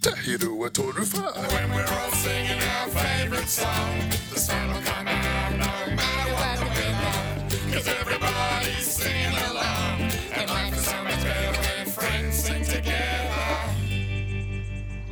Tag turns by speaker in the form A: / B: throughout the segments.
A: Terje du och Tony Fan.
B: When we're all singing our favorite song, the sun will come out no matter what the wind blows. Cause everybody's singing along, and life is so much better when friends sing together.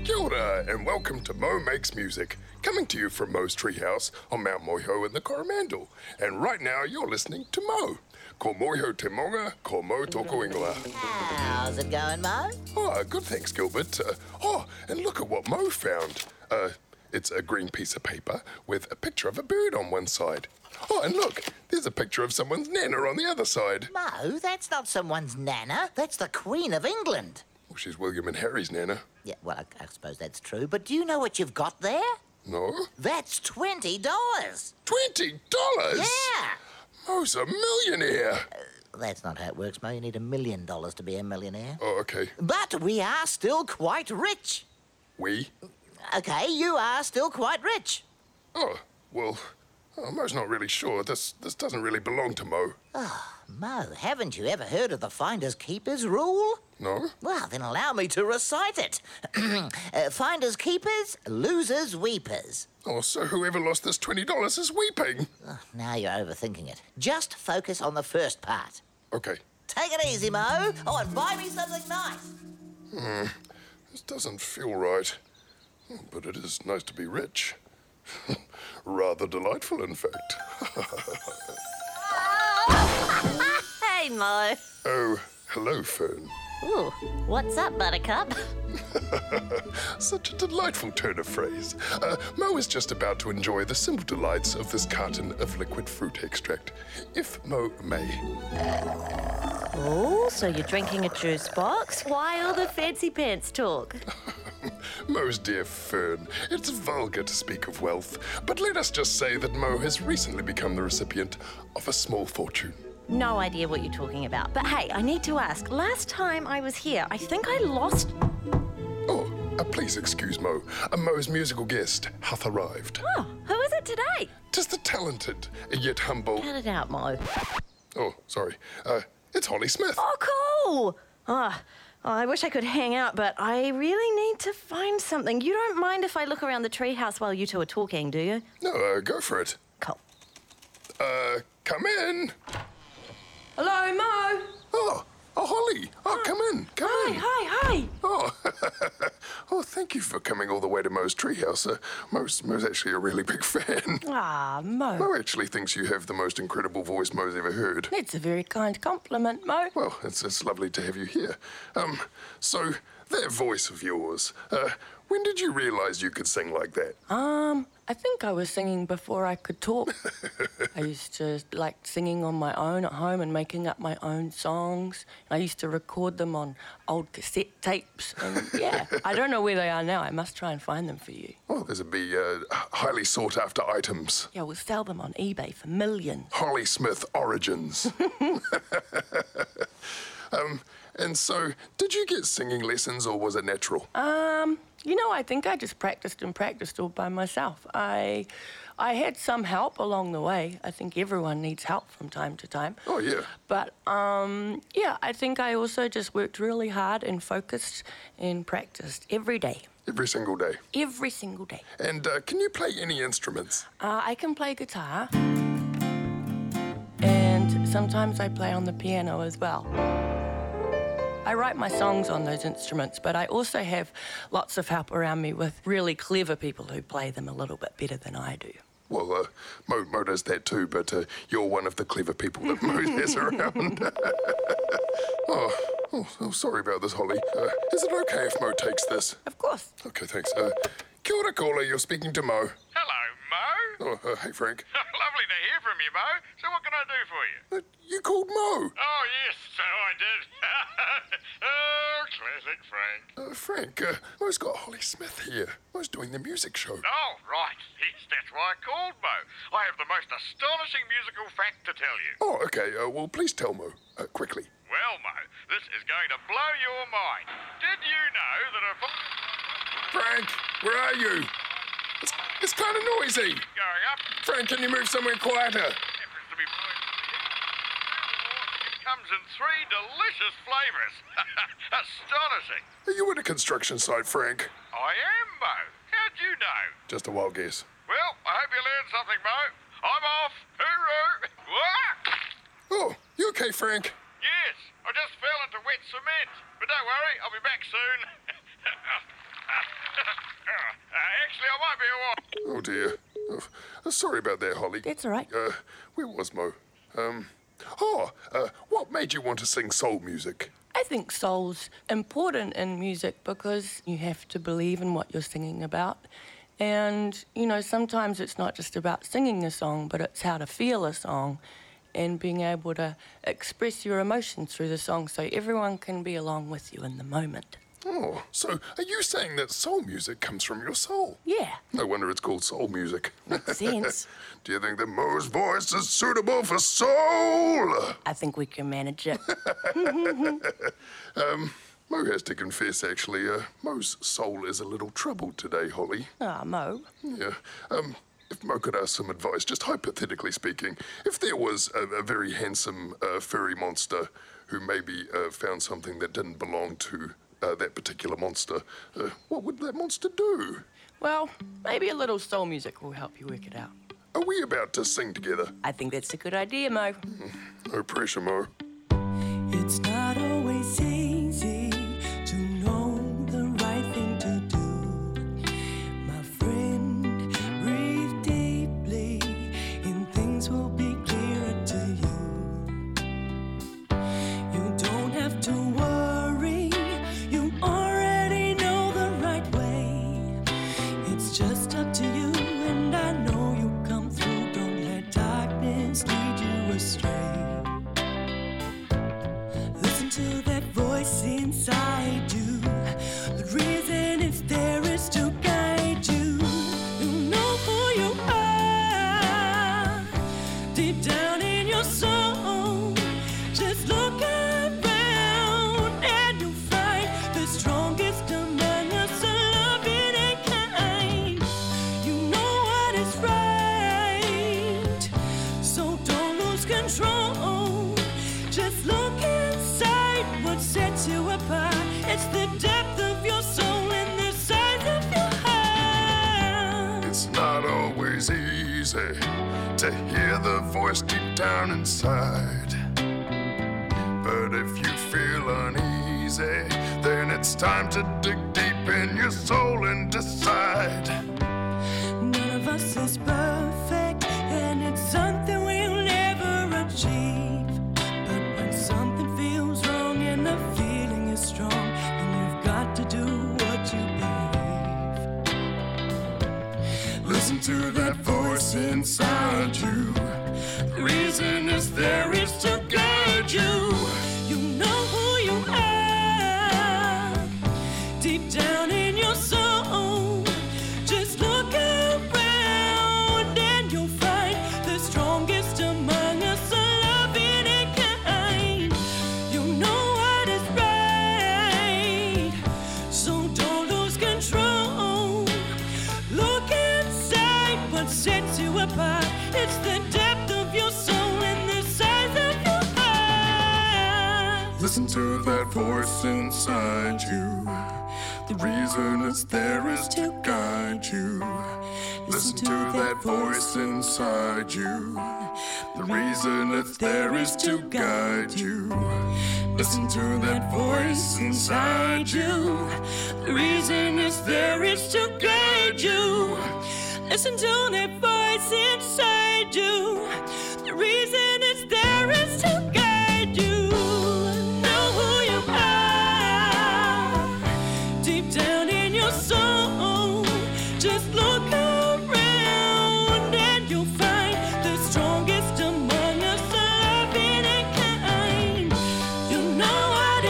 A: Kia ora, and welcome to Mo Makes Music, coming to you from Mo's Treehouse on Mount Moiho in the Coromandel. And right now, you're listening to Mo. Ko Moiho Te Monga, ko Mo Toko Ingoa.
C: How's it going, Mo?
A: Oh, good thanks, Gilbert. Uh, oh, and look at what Mo found. Uh, it's a green piece of paper with a picture of a bird on one side. Oh, and look, there's a picture of someone's nana on the other side.
C: Mo, that's not someone's nana. That's the Queen of England.
A: Oh, she's William and Harry's nana.
C: Yeah, well, I, I suppose that's true. But do you know what you've got there?
A: No?
C: That's twenty dollars.
A: $20?
C: Yeah.
A: Mo's a millionaire.
C: That's not how it works, Mo. You need a million dollars to be a millionaire.
A: Oh, okay.
C: But we are still quite rich.
A: We?
C: Okay, you are still quite rich.
A: Oh, well, oh, Mo's not really sure. This this doesn't really belong to Mo.
C: Mo, haven't you ever heard of the finders keepers rule?
A: No?
C: Well, then allow me to recite it. Uh, finders keepers, losers weepers.
A: Oh, so whoever lost this $20 is weeping.
C: Oh, now you're overthinking it. Just focus on the first part.
A: Okay,
C: Take it easy, Mo. Oh, and buy me something nice.
A: this doesn't feel right. Hmm, But it is nice to be rich. Rather delightful, in fact.
D: Hey, Mo.
A: Oh, hello, Fern.
D: Ooh, what's up, Buttercup?
A: Such a delightful turn of phrase. Uh, Mo is just about to enjoy the simple delights of this carton of liquid fruit extract, if Mo may.
D: Oh, so you're drinking a juice box? Why all the fancy pants talk?
A: Mo's dear Fern, it's vulgar to speak of wealth, but let us just say that Mo has recently become the recipient of a small fortune.
D: No idea what you're talking about. But hey, I need to ask. Last time I was here, I think I lost.
A: Oh, uh, please excuse Mo. Uh, Mo's musical guest hath arrived.
D: Oh, who is it today?
A: Tis the talented, yet humble.
D: Cut it out, Mo.
A: Oh, sorry. Uh, it's Holly Smith.
D: Oh, cool. Ah, I wish I could hang out, but I really need to find something. You don't mind if I look around the treehouse while you two are talking, do you?
A: No, uh, go for it.
D: Cool.
A: Uh, come in.
E: Hello, Mo.
A: Oh, oh, Holly. Oh, come in. Come
E: Hi,
A: in.
E: hi, hi.
A: Oh, oh, thank you for coming all the way to Mo's treehouse. Uh, Mo's, Mo's actually a really big fan.
E: Ah, Mo.
A: Mo actually thinks you have the most incredible voice Mo's ever heard.
E: That's a very kind compliment, Mo.
A: Well, it's, it's lovely to have you here. Um, so, that voice of yours, uh, when did you realize you could sing like that?
E: Um, I think I was singing before I could talk. I used to like singing on my own at home and making up my own songs. I used to record them on old cassette tapes. And yeah, I don't know where they are now. I must try and find them for you.
A: Oh, those would be uh, highly sought after items.
E: Yeah, we'll sell them on eBay for millions.
A: Holly Smith Origins. um, and so, did you get singing lessons or was it natural?
E: Um, you know, I think I just practiced and practiced all by myself. I, I had some help along the way. I think everyone needs help from time to time.
A: oh, yeah.
E: But um, yeah, I think I also just worked really hard and focused and practiced every day,
A: Every single day.
E: every single day.
A: And uh, can you play any instruments?
E: Uh, I can play guitar, and sometimes I play on the piano as well. I write my songs on those instruments, but I also have lots of help around me with really clever people who play them a little bit better than I do.
A: Well, uh, Mo, Mo does that too, but uh, you're one of the clever people that Mo has around. oh, oh, oh, sorry about this, Holly. Uh, is it okay if Mo takes this?
E: Of course.
A: Okay, thanks. Uh, kia ora, caller. You're speaking to Mo.
F: Hello, Mo.
A: Oh, uh, hey, Frank.
F: Lovely to hear from you, Mo. So what can I do for you?
A: Uh, you called Mo.
F: Oh, yes, so I did. oh, classic Frank.
A: Uh, Frank, uh, Mo's got Holly Smith here. Mo's doing the music show.
F: Oh, right. Yes, that's why I called, Mo. I have the most astonishing musical fact to tell you.
A: Oh, okay. Uh, well, please tell Mo uh, quickly.
F: Well, Mo, this is going to blow your mind. Did you know that a...
A: Frank, where are you? It's, it's kind of noisy.
F: Going up
A: Frank, can you move somewhere quieter?
F: happens to be blowing... comes in three delicious flavours. Astonishing.
A: Are you at a construction site, Frank?
F: I am, Mo. How'd you know?
A: Just a wild guess.
F: Well, I hope you learned something, Mo. I'm off. Hooroo. Wah!
A: Oh, you okay, Frank?
F: Yes, I just fell into wet cement. But don't worry, I'll be back soon. uh, actually, I might be all right.
A: Oh dear. Oh, sorry about that, Holly.
G: That's all right.
A: Uh, where was Mo? Um, oh, uh, what made you want to sing soul music?
G: I think soul's important in music because you have to believe in what you're singing about. And, you know, sometimes it's not just about singing a song, but it's how to feel a song and being able to express your emotions through the song so everyone can be along with you in the moment.
A: Oh, so are you saying that soul music comes from your soul?
G: Yeah,
A: No wonder it's called soul music.
G: makes sense.
A: Do you think that Mo's voice is suitable for soul?
G: I think we can manage it.
A: Mo has to confess, actually, uh, Mo's soul is a little troubled today, Holly.
G: Ah, Mo.
A: Yeah. Um, if Mo could ask some advice, just hypothetically speaking, if there was a, a very handsome uh, furry monster who maybe uh, found something that didn't belong to uh, that particular monster, uh, what would that monster do?
G: Well, maybe a little soul music will help you work it out.
A: Are we about to sing together?
G: I think that's a good idea, Mo.
A: No pressure, Mo.
E: It's not always easy to know the right thing to do. My friend, breathe deeply, and things will be clearer to you. You don't have to worry, you already know the right way. It's just up to you, and I know you'll come through. Don't let darkness lead you astray. Listen to that voice inside you. The reason it's there is to guide you. You know who you are deep down in your soul. Just look around and you'll find the strongest among us are loving and kind. You know what is right, so don't lose control. Just look inside what sets you apart. It's the depth of your soul and the size of your heart.
A: It's not always easy to hear the voice deep down inside. But if you feel uneasy, then it's time to dig deep in your soul and decide.
E: None of us is perfect, and it's something we'll never achieve. But when something feels wrong and the feeling is strong, then you've got to do what you believe.
A: Listen to that voice inside you. The reason is there is to guide you.
E: You know who you are deep down in your soul. Just look around and you'll find the strongest among us are loving and kind. You know what is right, so don't lose control. Look inside what sets you apart. It's the depth of your soul and the size of your heart.
A: Listen to that voice inside you. The reason it's there is to guide you. Listen to that voice inside you. The reason it's there is to guide you. Listen to that voice inside you.
E: The reason is there is to guide you. Listen to that voice inside you. The reason is there is to guide you. Know who you are deep down in your soul. Just look around and you'll find the strongest among us are loving and kind. You know what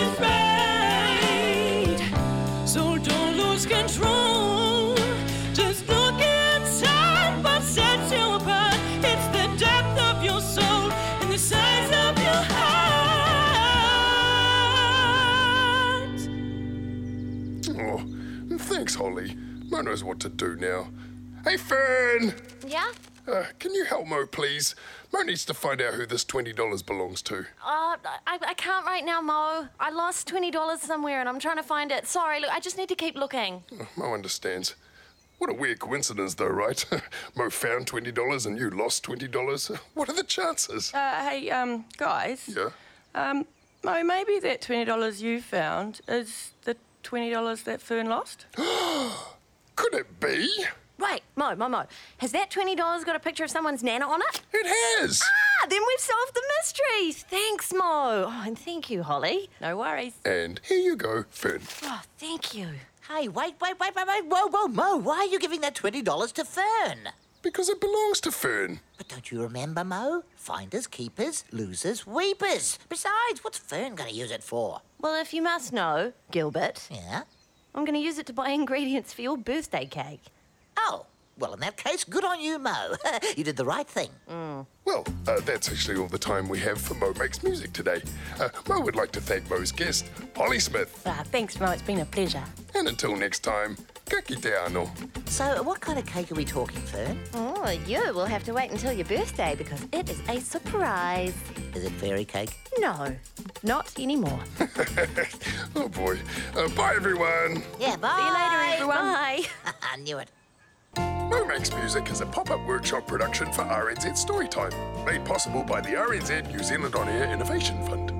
E: is right. So don't lose control. Just look inside what sets you apart. It's the depth of your soul and the size of your heart.
A: Oh, thanks, Holly. Mo knows what to do now. Hey, Fern!
D: Yeah?
A: Uh, can you help Mo, please? Mo needs to find out who this $20 belongs to.
D: Uh, I, I can't right now, Mo. I lost $20 somewhere and I'm trying to find it. Sorry, look, I just need to keep looking.
A: Mo understands. What a weird coincidence, though, right? Mo found $20 and you lost $20. What are the chances?
G: Uh, hey, um, guys.
A: yeah.
G: Um, Mo, maybe that $20 you found is the $20 that Fern lost?
A: Could it be?
D: Right, Mo, Mo, Mo. Has that $20 got a picture of someone's nana on it?
A: It has!
D: Ah, then we've solved the mystery. Thanks, Mo. Oh, and thank you, Holly.
G: No worries.
A: And here you go, Fern.
D: Oh, thank you.
C: Hey, wait, wait, wait, wait, wait. Whoa, whoa, Mo, why are you giving that $20 to Fern?
A: Because it belongs to Fern.
C: But don't you remember, Mo? Finders, keepers, losers, weepers. Besides, what's Fern going to use it for?
D: Well, if you must know, Gilbert,
C: Yeah?
D: I'm going to use it to buy ingredients for your birthday cake.
C: Oh, well, in that case, good on you, Mo. you did the right thing.
D: Mm.
A: Well, uh, that's actually all the time we have for Mo Makes Music today. Uh, Mo would like to thank Mo's guest, Holly Smith.
G: Ah, thanks, Mo. It's been a pleasure.
A: And until next time, ka kite ano.
C: So, what kind of cake are we talking, Fern?
D: Oh, you will have to wait until your birthday because it is a surprise.
C: Is it fairy cake?
D: No, not anymore.
A: Oh boy. Uh, bye, everyone.
C: Yeah, bye.
D: See you later, everyone. Bye.
C: I knew it.
A: Momax Music is a pop-up workshop production for RNZ Storytime, made possible by the RNZ New Zealand On Air Innovation Fund.